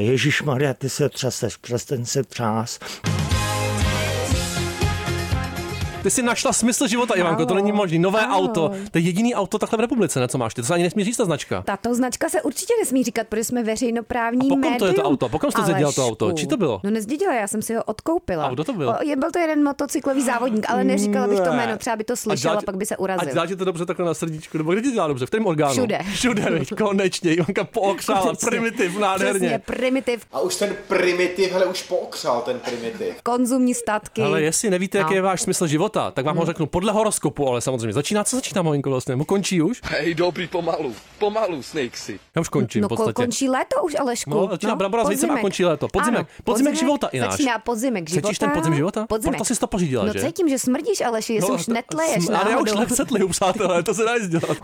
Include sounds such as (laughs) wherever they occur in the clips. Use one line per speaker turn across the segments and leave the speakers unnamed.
Ježíš Maria, ty se třeseš, přestaň se třás.
Ty jsi našla smysl života, Ivanko, to není možné. Nové
Ano.
auto, to je jediný auto takhle v republice, ne, co máš. Ty to se ani nesmí říct ta značka.
Tato značka se určitě nesmí říkat, protože jsme
A po
veřejnoprávní
kom to je to
médium.
auto? Po kom jsi to zdědila, to auto?
Alešku.
Čí to bylo?
No nezdědila, já jsem si ho odkoupila.
A kdo to byl?
O, je, byl to jeden motocyklový závodník, ale neříkala bych to
Ne.
jméno, třeba by to
A
slyšela,
dělá ti-
pak by se
A
urazil.
dělá ti to dobře takhle na srdíčku, nebo kde ti dělá dobře? V tom orgánu.
Všude.
Všude, veď, konečně. Ivanka pookřála,
Konečně.
primitiv,
Přesně,
nádherně.
primitiv,
A už ten primitiv, hele, už pookřál ten primitiv.
konzumní statky.
Ale jestli nevíte, jaký
No. Hmm.
je váš smysl života, tak vám ho řeknu podle horoskopu, ale samozřejmě. Začíná, co začíná, maminko, vlastně? Nebo končí už?
Hej, dobrý, pomalu, pomalu, Snakesy.
Já už končím v
no,
podstatě.
končí léto už, Alešku.
No, začíná brambora s věcem a
podzimek.
končí léto. Podzimek.
Ano,
Podzimek života i náš.
Začíná podzimek života.
Cítíš ten podzim života?
Podzimek.
Proto jsi to pořídila,
no,
že?
cítím, že smrdíš, Aleši, jestli už
to-
netleješ
sm- No, Ale já už
náhodou.
nepřetleju, přátelé, to se dá nic dělat.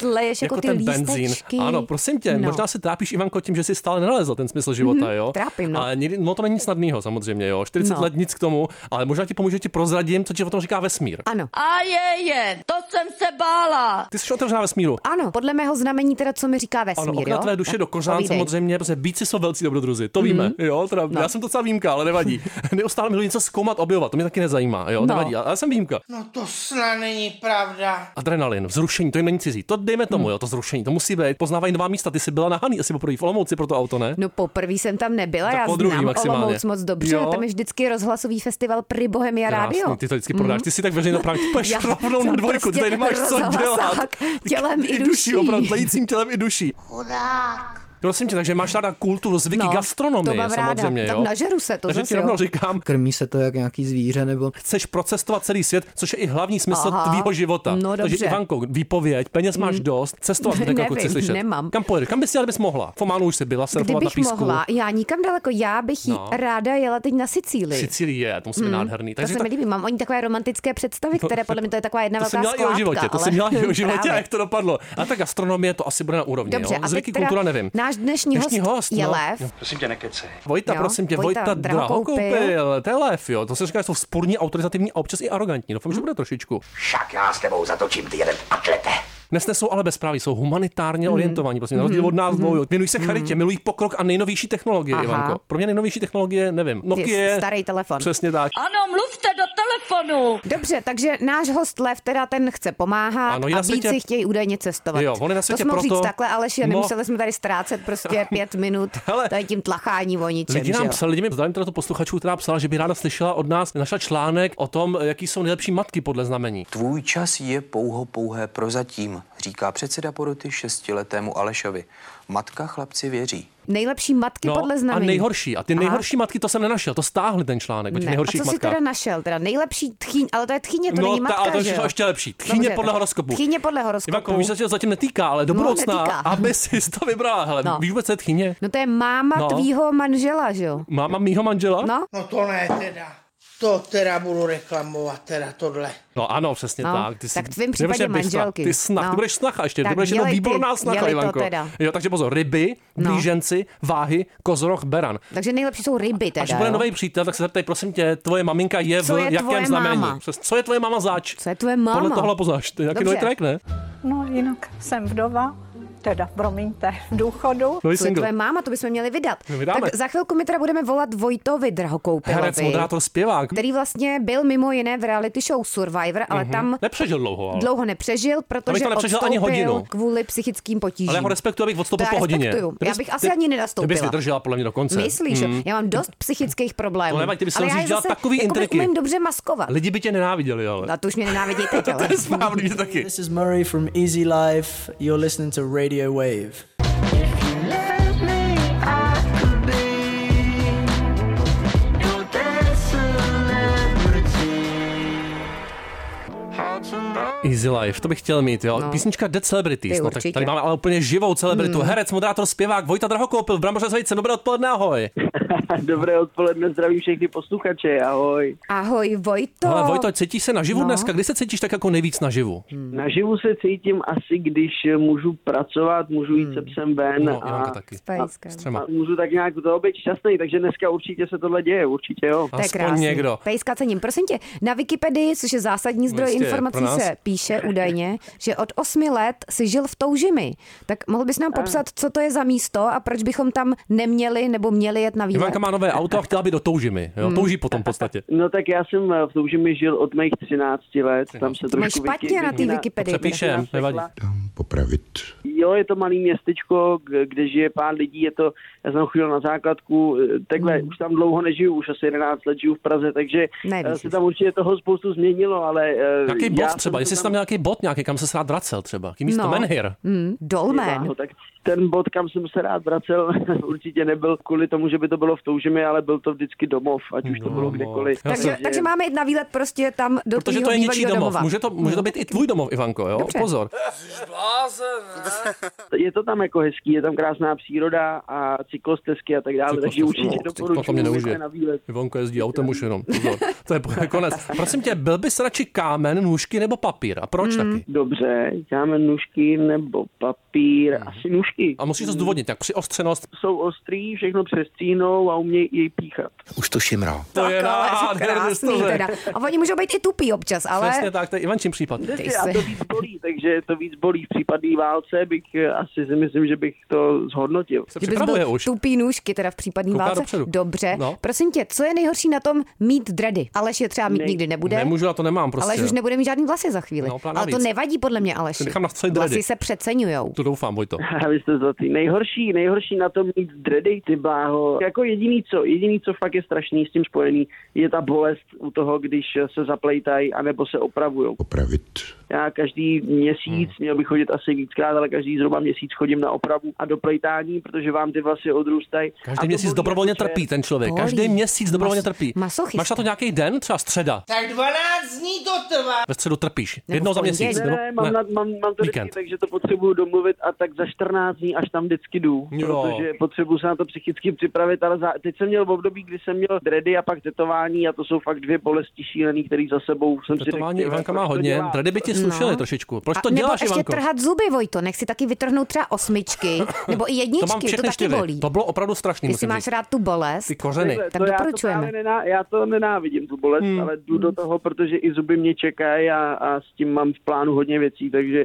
Tleješ jako, ty
ten
lístečky.
benzín. Ano, prosím tě,
No.
možná se trápíš, Ivanko, tím, že jsi stále nenalezl ten smysl života, jo?
trápím, no.
Ale někdy, no to není nic snadného, samozřejmě, jo. 40
No.
let nic k tomu, ale možná ti pomůže, že ti prozradím, co ti o tom říká vesmír.
Ano.
A je, je, to jsem se bála.
Ty jsi otevřená vesmíru.
Ano, podle mého znamení teda, co mi říká vesmír,
Ano,
jo?
okna tvé duše
Tak
do kořán
povídej. Mhm. No.
samozřejmě, protože býci jsou velcí dobrodruzi, to víme, jo, teda, já jsem docela výjimka, ale
(laughs)
nevadí. Neustále miluji něco zkoumat, objevovat, to mě taky nezajímá, jo,
No.
nevadí, ale já jsem výjimka.
No to snad není pravda.
Adrenalin, vzrušení, to jim není cizí, to dejme
Mhm.
tomu, jo, to zrušení, to musí být, poznávají nová místa, ty jsi byla na Haný, asi poprvé v Olomouci pro to auto, ne?
No poprvé jsem tam nebyla,
Tak
já
podruhý
znám
maximálně.
Olomouc moc dobře,
Jo.
tam je vždycky rozhlasový festival Pri Bohemia Radio. Mhm.
Krásný, ty to vždycky prodáš, ty si tak veřejně právě
(laughs)
půjdeš rovnou na dvojku, ty tady máš co dělat.
prostě Tělem i duší.
(laughs) duší. Opravdu, tlejícím tělem i duší.
Chudák.
Prosím tě, takže máš ráda kulturu, zvyky,
No,
gastronomie,
to mám ráda.
samozřejmě,
Tak
jo.
nažeru se, to
takže
zas
ti
jo.
rovnou říkám,
Krmí se to jak nějaký zvíře, nebo
chceš procestovat celý svět, což je i hlavní smysl
Aha.
tvýho života.
No,
Takže
dobře. Mm.
Ivanko, výpověď, peněz máš dost,
(laughs)
cestovat tak jako
Nevím,
chci slyšet.
nemám.
Kam pojedeš? Kam bys jela, bys mohla? V Ománu už jsi byla, surfovat na
Kdybych
písku.
mohla, já nikam daleko, já bych jí
No.
ráda jela teď na Sicílii.
Sicílie, to musí být nádherný.
Mm. to
Takže
se
ta-
mi líbí, mám oni takové romantické představy, které podle mě to je taková jedna
to
velká
jsem měla i o
skládka,
životě, to
ale...
jsem měla
(laughs)
i o životě, a
Právě.
jak to dopadlo. A ta gastronomie to asi bude na úrovni.
Dobře,
jo?
a
Zvyky,
teď teda
kultura, nevím.
náš dnešní,
Dnešní host,
je
no.
Lev.
Vojta,
Jo,
prosím tě,
Vojta
Vojta,
Drahokoupil.
Drahokoupil, to je lev, jo. To se říká, že jsou vzpůrní, autoritativní a občas i arrogantní. Doufám, že bude trošičku.
Však já s tebou zatočím, ty jeden atlete.
Nesnesou ale bezpráví, jsou
Hmm.
humanitárně orientovaní, prosím, na rozdíl od nás dvou. jo. Věnují se charitě, milují pokrok a nejnovější technologie,
Aha.
Ivanko. Pro mě nejnovější technologie, nevím. Nokia,
starý telefon.
Přesně tak.
Ano, mluvte do telefonu.
Dobře, takže náš host Lev teda ten chce pomáhat
Ano, je
a
na světě-
víci chtějí údajně cestovat.
Jo, on je na světě
to jsme
proto-
říct takhle, Aleši, a
No.
nemuseli jsme tady ztrácet
(laughs)
prostě pět minut
Hele,
tady tím tlachání o ničem.
Lidi
že
nám
jo?
psali, lidi mi zdravím teda tu posluchačů, která psala, že by ráda slyšela od nás, našla článek o tom, jaký jsou nejlepší matky podle znamení.
Tvůj čas je pouho pouhé prozatím, říká předseda poroty šestiletému Alešovi. Matka chlapci věří.
Nejlepší matky podle
No, a
znamení.
nejhorší. A ty
Aha.
nejhorší matky, to jsem nenašel, to stáhli ten článek o těch
Ne. A co
nejhorších
jsi
matkách.
teda našel? Teda nejlepší tchýň, ale to je tchýně, to
No,
není
ta-
matka,
ale to je
že jo?
ještě lepší. Tchýně
Dobře,
podle horoskopu.
Tchýně podle horoskopu.
Ivanko, víš, že se to zatím netýká, ale do
No,
budoucna,
netýká.
aby si to vybrala. Hele,
No.
no. víš vůbec, co je tchyně?
No to je máma
No.
tvýho manžela, že jo?
Máma mýho manžela?
No.
No to ne teda. To teda budu reklamovat, teda tohle.
No ano, přesně
No,
tak. Ty jsi-
tak v tvém
nebudeš
případě
jen bysta,
manželky.
Ty snach,
No.
ty budeš snacha ještě,
Tak
ty budeš jenom
dělej ty,
výborná snacha,
dělej to
Ivanko.
teda.
Jo, takže pozor, ryby,
No.
blíženci, váhy, kozoroch, beran.
Takže nejlepší jsou ryby teda.
Až bude
jo?
nový přítel, tak se zeptej, prosím tě, tvoje maminka je v
Co je tvoje
jakém znamení?
máma?
Přes- Co je tvoje mama zač?
Co je tvoje máma?
Podle tohle poznáš, to je nějaký
Dobře.
nový track, ne?
No jinak jsem vdova, teda promiňte, v důchodu.
Nový
Co je
single.
tvoje máma, to bychom měli vydat.
My vydáme.
Tak za chvilku my teda budeme volat Vojtovi Drahokoupilovi.
Herec, moderátor, zpěvák.
který vlastně byl mimo jiné v reality show Survivor, ale tam
Nepřežil dlouho, Mhm. ale.
dlouho nepřežil, protože
to nepřežil
odstoupil
ani hodinu.
kvůli psychickým potížím.
Ale já ho respektuju, abych odstoupil
To já
po hodině.
respektuju.
Ty
Já
bys-
bych asi
ty-
ani
Ty
nenastoupila.
bys vydržela podle mě do konce. Hmm.
Myslíš, že já mám dost psychických problémů.
No Mhm. nevadí, ty bys se
ale já
musíš
je
dělat
zase
takový
jakoby
intriky.
umím dobře maskovat.
Lidi by tě nenáviděli, ale.
A to už mě nenávidí teď,
(laughs)
ale...
To je správný, že taky.
This is Murray from Easy Life. You're listening to Radio Wave.
Easy Life, to bych chtěl mít, jo.
No.
Písnička Dead Celebrities.
Ty
No, tak
určitě. Hmm.
tady máme ale úplně živou celebritu. Herec, moderátor, zpěvák, Vojta Drahokoupil, Bramboře s vejcem. Dobré odpoledne, ahoj.
Dobré odpoledne, zdravím všechny posluchače, ahoj.
Ahoj Vojto.
Ale Vojto, cítíš se naživu
No.
no. dneska? Kdy se cítíš tak jako nejvíc naživu?
Mm.
Naživu se cítím asi, když můžu pracovat, můžu
Mm.
jít se psem ven
No, Ivanka
a,
taky.
Pejskem.
Třema.
a můžu tak nějak toho být šťastný, takže dneska určitě se tohle děje, určitě jo.
To je
Aspoň
krásný.
někdo. No
Pejska cením. Prosím tě, na Wikipedii, což je zásadní zdroj
Jistě, pro
informací,
nás.
se píše údajně, že od osmi let si žil v Toužimi. Tak mohl bys nám popsat, co to je za místo a proč bychom tam neměli nebo měli jet na výlet?
Ivanka má nové auto a chtěla by do toužimy. Jo?
Hmm.
Touží potom v podstatě.
No tak já jsem eh, v Toužimi žil od mých 13 let, tam se
Máš
trošku
špatně na té
vykyvil-
Wikipedii.
Přepíšem, nevadí.
Jo, je to malý městečko, k- kde žije pár lidí, je to, já jsem chodil na základku, eh, takhle,
Mhm.
už tam dlouho nežiju, už asi 11 let žiju v Praze, takže
Nevíš,
eh, se tam určitě toho spoustu změnilo, ale... eh,
Jaký
já
bod
jsem
třeba?
to
Jestli jsi tam nějaký bod nějaký, kam se rád vracel třeba? Jaký místo?
No.
Menhir.
Hmm, dolmen.
(laughs) No, tak ten bod, kam jsem se rád vracel, (laughs) určitě nebyl kvůli tomu, že by to bylo v Toužimi, ale byl to vždycky domov, ať už to bylo kdekoliv.
No, Já
Takže,
jsem-
takže máme jít na výlet prostě tam do
Protože
tvýho
to je
bývalýho
ničí domov.
domova. No.
Může to, může to být i tvůj domov, Ivanko, jo?
Dobře.
Pozor.
Je to tam jako hezký, je tam krásná příroda a cyklostezky a tak dále, takže
Cyklostezky,
určitě
no,
doporučuji.
to mě neužije.
jděte na výlet.
Ivonko jezdí autem už jenom. Pozor. To je
(laughs)
konec. Prosím tě, byl bys radši kámen, nůžky nebo papír? A proč
Hmm.
taky?
Dobře, dáme nůžky nebo papír, asi nůžky.
A musíš to zdůvodnit, tak přiostřenost.
Jsou ostrý, všechno přestříhnou a umějí jej píchat.
Už to šimrá.
To je
Ale
nádherné,
krásný
to je.
teda. A oni můžou být i tupí občas, ale...
Přesně tak, to je Ivančin případ.
Ty
A to
jsi.
víc bolí, takže to víc bolí. V případné válce bych eh, asi si myslím, že bych to zhodnotil.
Se
Kdybys
připravuje
byl
už.
tupý nůžky, teda v případný
Kouká
válce.
dopředu.
Dobře.
No.
Prosím tě, co je nejhorší na tom mít dready? Aleš je třeba mít
Nej-
nikdy nebude.
Nemůžu, já to nemám prostě.
Aleš už nebude mít žádný vlasy za chvíli.
No, plán
Ale to
navíc.
nevadí podle mě, Aleš.
Si nechám nastřelit
Vlasy
dready.
se přeceňujou.
To doufám, Vojto.
(laughs) A vy jste zlatý. Nejhorší, nejhorší na tom mít dready, ty bláho. Jako jediný co, jediný co fakt je strašný s tím spojený, je ta bolest u toho, když eh, se zaplejtají anebo se opravujou.
Opravit.
Já každý měsíc, měl bych chodit asi víckrát, ale každý zhruba měsíc chodím na opravu a doplejtání, protože vám ty vlasy odrůstají. A to
Každý měsíc
bolí
dobrovolně
jako čert.
trpí ten člověk.
Bolí.
Každý měsíc dobrovolně
Mas-
trpí.
masochista.
Máš na to nějaký den, třeba středa.
Tak 12 dní to trvá.
Ve středu trpíš. Jednou za
pondělí.
měsíc. no.
Ne, ne, mám, na, mám, mám to vždycky,
Víkend.
takže to potřebuju domluvit a tak za 14 dní až tam vždycky jdu,
Jo.
protože potřebuju se na to psychicky připravit, ale za, teď jsem měl v období, kdy jsem měl dready a pak tetování a to jsou fakt dvě bolesti šílený, který za sebou jsem
Tetování
si řekl,
Ivanka
proč
má
to
hodně.
dělám?
Dready by ti slušely trošičku. Proč to
No. a, nebo
děláš,
ještě
Ivanko?
trhat zuby, Vojto, nech si taky vytrhnout třeba
(laughs)
osmičky, nebo i
To mám
jedničky, to,
všechny
taky
čtyři.
bolí.
To bylo opravdu strašný,
Jestli
musím
máš
říct.
rád tu bolest,
Ty kořeny.
Takhle,
Tak
to já to
doporučujeme.
právě nená, já to nenávidím, tu bolest, hmm. ale jdu do toho, protože i zuby mě čekají a, a s tím mám v plánu hodně věcí, takže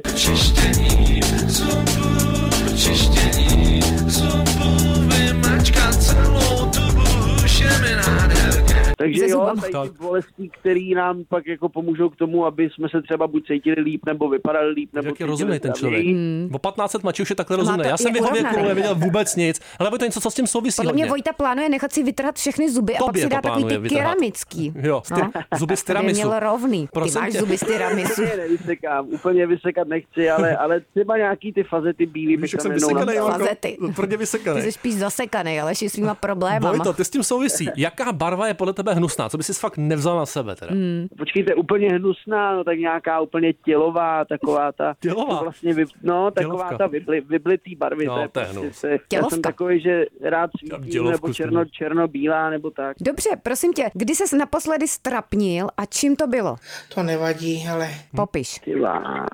Takže
Se
jo,
zubama.
tady
Tak.
ty bolesti, které nám pak jako pomůžou k tomu, aby jsme se třeba buď cítili líp, nebo vypadali líp, nebo
Jak je
cítili
rozumný ten člověk.
zdravěji.
O 1500 mači už je takhle
to-
rozumný. Já
No, je
jsem v jeho věku
urovnaný.
nevěděl vůbec nic. Ale bude to něco, co s tím souvisí
podle mě
hodně.
Vojta plánuje nechat si vytrhat všechny zuby a pak
Tobě
si
to
dá takový
plánuje
ty
vytrhat.
keramický. No.
Jo, sty- zuby z
Aby je
(laughs) tiramisu.
měl rovný. Ty
Prosím
máš
tě.
zuby z
(laughs)
tiramisu.
Ne, nevysekám, úplně vysekat nechci, ale, ale třeba nějaký ty fazety bílý bych
Víš, jak
tam
jsem
jednou
vysekanej,
napsal.
jo.
Ivanko? No,
Lazety.
Tvrdě vysekanej.
Ty jsi no. spíš zasekaný, ale ještě svýma problémama.
Vojto, ty s tím souvisí. Jaká barva je podle tebe hnusná? Co bys si fakt nevzal na sebe teda?
Počkejte, úplně hnusná, no tak nějaká úplně tělová, taková ta...
Tělová?
to Vlastně vy, no, taková
Tělovka.
ta vybli, vyblitý barvy.
No,
je
to je
prostě
hnus.
se- Já
Tělovka.
jsem takový, že rád svítím,
Tělovku
nebo
jste
černo,
měl.
černobílá, nebo tak.
Dobře, prosím tě, kdy ses naposledy strapnil a čím to bylo?
Hm.
To nevadí, ale
Popiš.
Ty vá,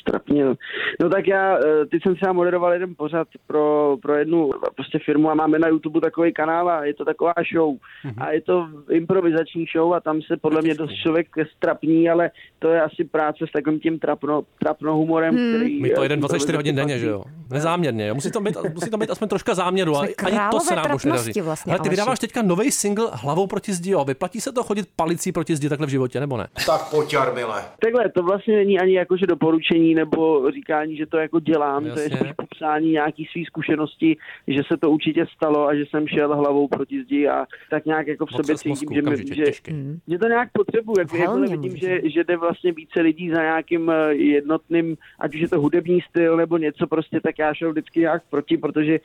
strapnil. No tak já, eh, teď jsem třeba moderoval jeden pořad pro, pro jednu prostě firmu a máme na YouTube takový kanál a je to taková show.
Mhm.
Mm-hmm. A je to improvizační show a tam se podle mě dost člověk strapní, ale to je asi práce s takovým tím trapno, trapnohumorem, hmm. který...
My to
eh,
jeden 24
improvizaci
hodin denně,
patří.
že jo? Nezáměrně, jo? Musí tam být, musí tam být aspoň troška záměru. A
Jsme
ani to se
králové
nám už
trapnosti
nedaří.
vlastně,
Ale ty
Aleši.
vydáváš teďka nový single hlavou proti zdi, jo? Vyplatí se to chodit palicí proti zdi takhle v životě, nebo ne?
Tak pojď, Jarmile.
Takhle, to vlastně není ani jakože doporučení nebo říkání, že to jako dělám, to je
Jasně.
spíš popsání nějaký svý zkušenosti, že se to určitě stalo a že jsem šel hlavou proti zdi a tak nějak jako v
Otřes
sobě cítím,
mozku
že, mi,
okamžitě,
že, Hmm.
těžký.
že to nějak potřebuji, jako, jako
Helmě
vidím,
můžeš
že, že jde vlastně více lidí za nějakým eh, jednotným, ať už je to hudební styl nebo něco prostě, tak já šel vždycky nějak proti, protože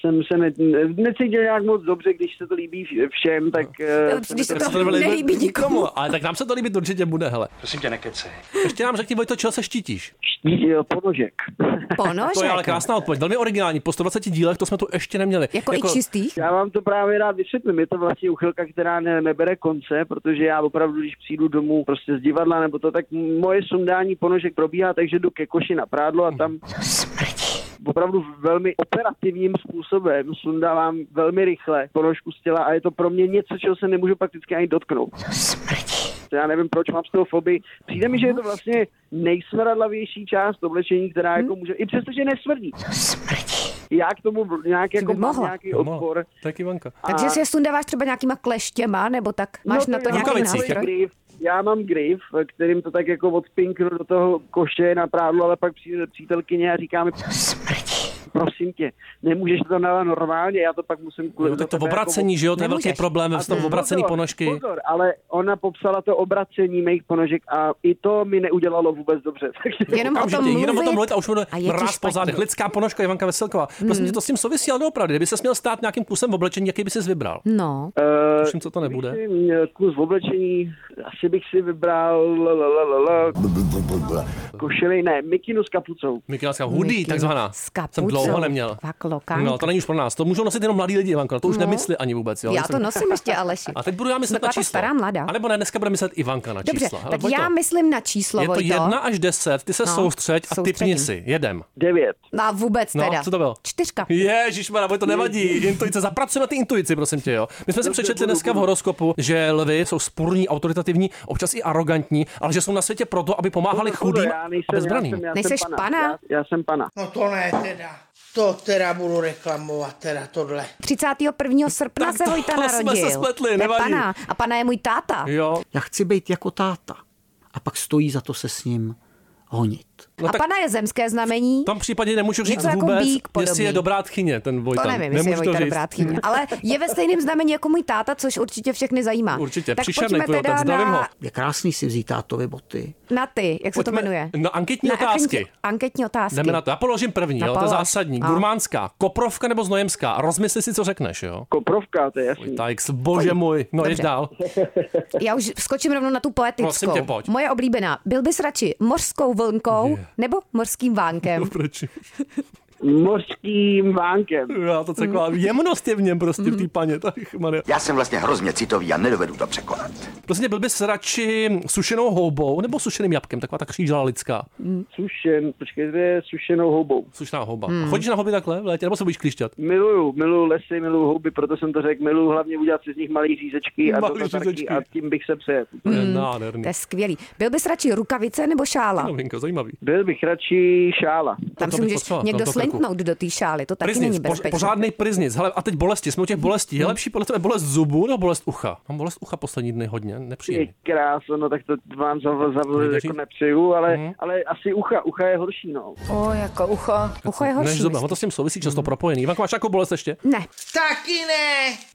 jsem se ne, necítil nějak moc dobře, když se to líbí všem, tak...
No.
eh,
Když se
jsem
to nelíbí nikomu.
Ale tak nám se to líbit určitě bude, hele.
Prosím tě, nekecej.
Ještě nám řekni, Vojto, čeho se štítíš?
štítil ponožek.
(laughs)
Ponožek.
To je ale krásná odpověď, velmi originální, po 120 dílech to jsme tu ještě neměli.
Jako, i čistých?
Já vám to právě rád vysvětlím. Je to vlastně uchylka, která ne, nebere konce, protože já opravdu, když přijdu domů prostě z divadla nebo to, tak moje sundání ponožek probíhá, takže jdu ke koši na prádlo a tam opravdu velmi operativním způsobem sundávám velmi rychle ponožku z těla a je to pro mě něco, čeho se nemůžu prakticky ani dotknout. Já nevím, proč mám z toho fobii. Přijde mi, že je to vlastně nejsmradlavější část oblečení, která jako může, i přesto, že nesmrdí. Já k tomu nějak jako
by
mám
mohla.
nějaký
no,
odpor.
Tak Ivanka.
Takže si je sundáváš třeba nějakýma kleštěma, nebo tak?
No,
Máš na to
já
nějaký
mám
rukavicích,
nástroj?
grif, já mám grif, kterým to tak jako odpinknu do toho koše na prádlo, ale pak přijde přítelkyně a říká mi, prosím tě, nemůžeš to tam dávat normálně, já to pak musím kvůli
No, tak to
tebe
obracení, že jo, to je velký
Nemůžeš.
problém,
A
v tom
to-
obracení
pozor,
ponožky.
Pozor, ale ona popsala to obracení mých ponožek a i to mi neudělalo vůbec dobře. (laughs) Takže
Jenom o tom
Okamžitě, jenom o tom mluvit
mluvit
a už bude
a je to
mráz po
špatně. Hmm.
zádech. Lidská ponožka Ivanka Veselková. Prosím tě, to s tím souvisí, ale opravdu, kdyby se měl stát nějakým kusem oblečení, jaký by si vybral?
No,
eh,
Tuším, co to
kdybych
nebude.
si měl Kus v oblečení, asi bych si vybral la, la, la, la, la, košili, ne, mikinu s kapucou.
Mikiláska, hudý,
Mikinu
takzvaná.
s kapucou.
Jsem dlouho neměl.
Fakt lokánka.
No, to není už pro nás. To můžou nosit jenom mladí lidi, Ivanko, to už nemysli ani vůbec. Jo?
já
Nejsem-
to nosím ještě, Aleši.
A teď budu já myslet
Taková
na
ta
číslo.
stará mladá.
A nebo ne, dneska bude myslet Ivanka na
Dobře,
čísla. Hele,
tak
Vojto,
já myslím na číslo,
Je to
Vojto.
jedna až deset, ty se
No,
soustřeď a
soustředím.
typni si. Jedem.
Devět.
No a vůbec
No,
teda.
co to bylo?
Čtyřka.
Ježišmar, to nevadí. Intuice, zapracujeme ty intuici, prosím tě, jo. My jsme si přečetli dneska v horoskopu, že lvy jsou spurní, autoritativní, občas i arrogantní, ale že jsou na světě proto, aby pomáhali chudým
Já
a
nejsem, já
bezbraným.
jsem, já
Nejseš
jsem pana.
pana?
Já, já jsem pana.
No to ne teda. To teda budu reklamovat, teda tohle.
31. srpna
Tak
se
to
Vojta
jsme
narodil.
se spletli,
To je
nevadí.
Pana. A pana je můj táta.
Jo.
Já chci být jako táta. A pak stojí za to se s ním honit.
No
a
tak-
pana je zemské znamení.
V tom případě nemůžu říct
Něco jako
vůbec,
býk
jestli
podobný.
je dobrá tchyně, ten Vojta.
To nevím, jestli je
Nemůžu to
Vojta
říct.
dobrá tchyně. Ale je ve stejném znamení jako můj táta, což určitě všechny zajímá.
Určitě,
tak
příšerný
pojďme
klotec,
teda
zdravím ho.
na,
Je krásný si vzít tátovi boty.
na ty, jak se to
Pojďme
jmenuje?
na anketní
anketní-
otázky.
Anketní otázky.
Jdeme na to. Já položím první, jo, to je
Napalož.
zásadní.
A.
Gurmánská, koprovka nebo znojemská? Rozmysli si, co řekneš, jo?
Koprovka, to je jasný.
Tajx, bože můj, no ješ dál.
Já už skočím rovnou na tu
Prosím
poetickou.
tě, pojď.
Moje oblíbená. Byl bys radši mořskou vlnkou nebo mořským vánkem?
Proč?
Mořským vánkem.
Já to cekla.
Mm.
Jemnost je v něm prostě v té paně. Tak, Maria.
Já jsem vlastně hrozně citový a nedovedu to překonat.
Prostě byl bys radši sušenou houbou nebo sušeným jabkem, taková ta křížela lidská.
Sušen, počkejte, sušenou houbou.
Sušená houba.
Mm.
Hmm. Chodíš na houby takhle v létě, nebo se budeš klišťat?
Miluju, miluju lesy, miluju houby, proto jsem to řekl, miluju hlavně udělat si z nich malý řízečky a,
Malý
malý řízečky.
řízečky.
a tím bych se přejet.
To je nádherný.
Mm. To je skvělý. Byl bys radši rukavice nebo šála?
Novinka, zajímavý.
Byl bych radši šála.
Tam
No, to bych
si můžeš
potřeboval,
někdo
tam to krku.
slintnout do té šály, to taky není Mm.
Priznic, poř-
bezpečné.
pořádný priznic. Hele, a teď bolesti, jsme u těch bolestí. Je lepší podle tebe bolest zubu nebo bolest ucha? Mám bolest ucha poslední dny hodně,
Je
nepříjemný.
krásno, no tak to vám za, za
Nejde
jako
říct.
nepřeju, ale,
Mhm.
ale asi ucha, ucha je horší, no.
O, jako ucho.
Ucho je
Než
horší.
zuba, ono
myslím. Mm.
to s tím souvisí, často propojený. Ivanko, máš jako bolest ještě?
Ne.
Taky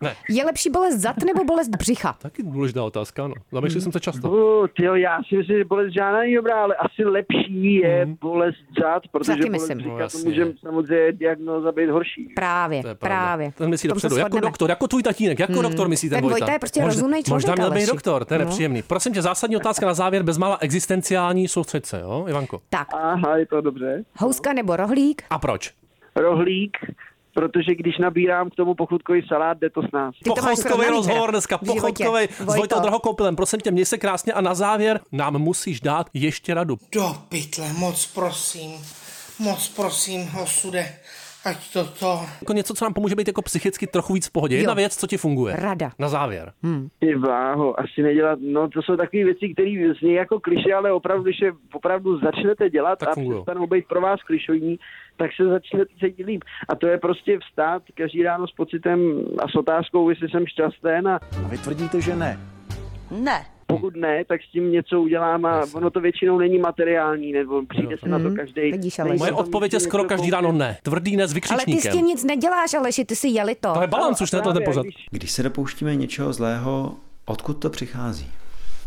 ne.
Je lepší bolest zad nebo bolest břicha?
Taky důležitá otázka, no.
Mm.
Zamýšlel jsem se často.
Uh, tyjo, já si myslím, že bolest žádná není dobrá, ale asi lepší je bolest zad, protože
Taky
bolest
myslím.
No,
říká, to
jasně.
může samozřejmě diagnoza být horší.
Právě,
To je pravda.
právě.
Ten myslí
V tom se
dopředu, jako
shodneme.
doktor, jako tvůj tatínek, jako doktor myslí ten,
Ten Vojta je prostě rozumnej člověk,
Možná měl být
Aleši.
doktor, to je
No.
nepříjemný. Prosím tě, zásadní otázka na závěr, bezmála existenciální soustřed se, jo, Ivanko?
Tak,
Aha, je to dobře.
houska nebo rohlík?
A proč?
rohlík, protože když nabírám k tomu pochutkový salát, jde to s nás.
Ty to máš
Pochoutkový
srovnaný
rozhovor
teda
dneska,
v životě.
pochoutkový s
Vojto.
Vojtou Drahokoupilem. Prosím tě, měj se krásně a na závěr nám musíš dát ještě radu.
Do pytle, moc prosím. Moc prosím, osude. Ať to to...
Jako něco, co nám pomůže být jako psychicky trochu víc v pohodě. Jedna
Jo.
věc, co ti funguje.
Rada. Hmm.
Na závěr.
Ty váho, asi nedělat, no to jsou takové věci, které zní jako kliše, ale opravdu, když je opravdu začnete dělat
Tak
a
fungujou.
přestanou být pro vás klišovní, tak se začnete cítit líp. A to je prostě vstát každý ráno s pocitem a s otázkou, jestli jsem šťastný a
A vy tvrdíte, že ne.
Ne.
pokud ne, tak s tím něco udělám a ono to většinou není materiální, nebo přijde se na to každý.
Hmm, Vidíš, ale-
Moje odpověď je skoro každý ráno ne. Tvrdý ne s
Ale ty s
vykřičníkem.
tím nic neděláš, Aleši, ty si jeli to.
To je balans už, ne? To je pořád.
Když se dopouštíme něčeho zlého, odkud to přichází?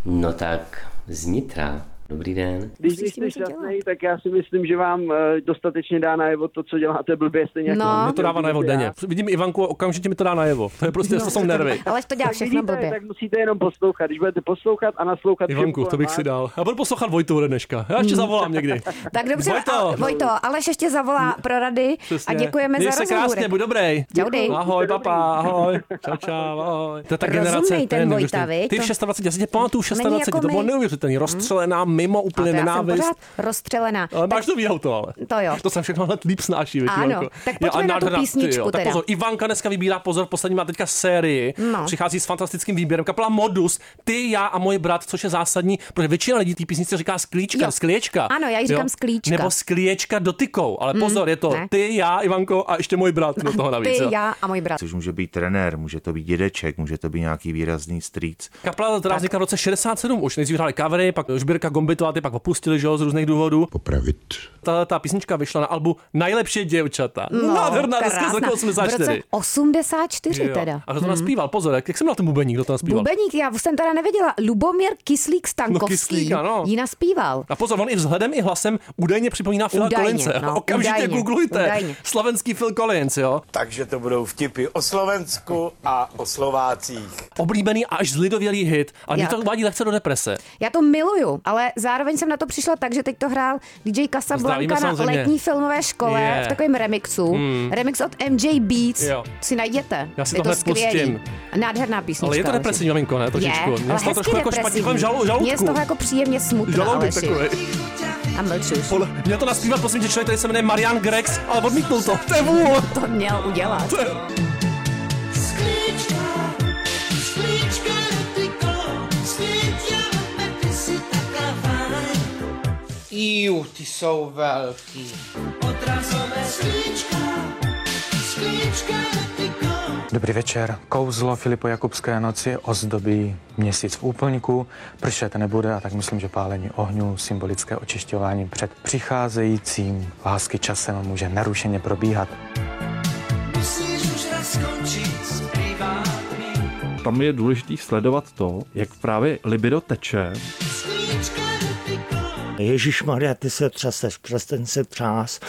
No tak, znitra. Dobrý den.
Když
Musíš s tím
jste
něco
šťastný, tak já si myslím, že vám eh, dostatečně dá najevo to, co děláte blbě, stejně
No,
jako
Mě to dává najevo denně. Vidím Ivanku a okamžitě mi to dá najevo. To je prostě, to jsou nervy.
Ale to dělá
Tak
všechno
vidíte,
blbě.
Tak musíte jenom poslouchat. Když budete poslouchat a naslouchat
Ivanku, to bych si dal. Já budu poslouchat Vojtu ode dneška. Já ještě
Hmm.
zavolám někdy.
Tak dobře,
Vojto. Hm,
Vojto, Vojto Aleš ještě zavolá pro rady
Přesně.
a děkujeme
Měj
za
se
rozhovor.
krásně, buď dobrý.
Čau, dej.
Ahoj, papa, ahoj. Čau, čau, ahoj. To je ta
Rozumnej
generace.
ten
to je neuvěřitelný.
Vojta, viď?
Ty v
To-
26, já si tě pamatuju v
Není
26,
jako
to bylo
my.
neuvěřitelný. Rozstřelená, mimo
A to
úplně
já jsem
nenávist.
pořád rozstřelená.
Ale máš nový auto, ale.
To jo.
To jsem všechno hned líp snáší, viď,
Ano,
Ivanko.
tak
Jo,
pojďme
a
na tu
nádherná- ty
písničku
jo, Tak
teda.
pozor, Ivanka dneska vybírá, pozor, poslední má teďka sérii.
No.
Přichází s fantastickým výběrem. Kapela Modus, ty, já a můj brat, což je zásadní, protože většina lidí té písnice říká sklíčka,
Jo.
sklíčka.
Ano, já jí říkám sklíčka.
Nebo sklíčka dotykou, ale
Mm,
pozor, je to
ne.
ty, já, Ivanko a ještě můj brat do toho navíc.
(laughs) Ty,
jo.
já a můj brat.
Což může být trenér, může to být dědeček, může to být nějaký výrazný strýc.
Kapela teda vznikla v roce 67, už nejdřív hráli covery, pak Žbírka Gombitová, ty pak opustili, že jo, z různých důvodů. Popravit. Ta, ta písnička vyšla na albu Najlepší děvčata. Nádherná deska z roku
No, V roce
84.
84
Jo.
teda. Mhm.
A kdo to naspíval? Pozor, jak, jak jsem na ten bubeník, kdo to naspíval?
Bubeník, já jsem teda nevěděla. Lubomír Kyslík Stankovský
No, Kyslíka, no.
ji naspíval.
A pozor, on i vzhledem, i hlasem údajně připomíná Phila
Údajně,
Collinse.
no,
Okamžitě
údajně,
googlujte.
údajně.
Slovenský Phil Collins, jo.
Takže to budou vtipy o Slovensku a o Slovácích.
Oblíbený a až zlidovělý hit. A mě
Jak?
to uvádí lehce do deprese.
Já to miluju, ale zároveň jsem na to přišla tak, že teď to hrál DJ
Zdravíme
Casablanca na
samozřejmě.
letní filmové škole
Je.
v takovém remixu.
Mm.
Remix od MJ Beats.
Jo.
Si najděte.
Já si
je to
tohle
skvělý.
pustím.
Nádherná písnička.
Ale je to
Aleši.
depresivní, maminko, ne? Trošičku.
Je,
Mě
ale
z toho trošku
hezky
jako špatně kolem
depresivní.
žalou, žaludku.
Mě je z toho jako příjemně smutno,
Žaludek
Aleši.
takový.
A mlču.
Pol, měl to naspívat, prosím tě, člověk, který se jmenuje Marian Grex, ale odmítnul to. To je vůl.
To měl udělat.
To je...
Iu, ty jsou velký.
Dobrý večer. Kouzlo Filipo Jakubské noci ozdobí měsíc v úplňku. Pršet nebude a tak myslím, že pálení ohňů, symbolické očišťování před přicházejícím lásky časem může narušeně probíhat.
Musíš už raz skončit s privátní
Tam je důležité sledovat to, jak právě libido teče.
Ježíš Maria, ty se třaseš, přestaň se třás.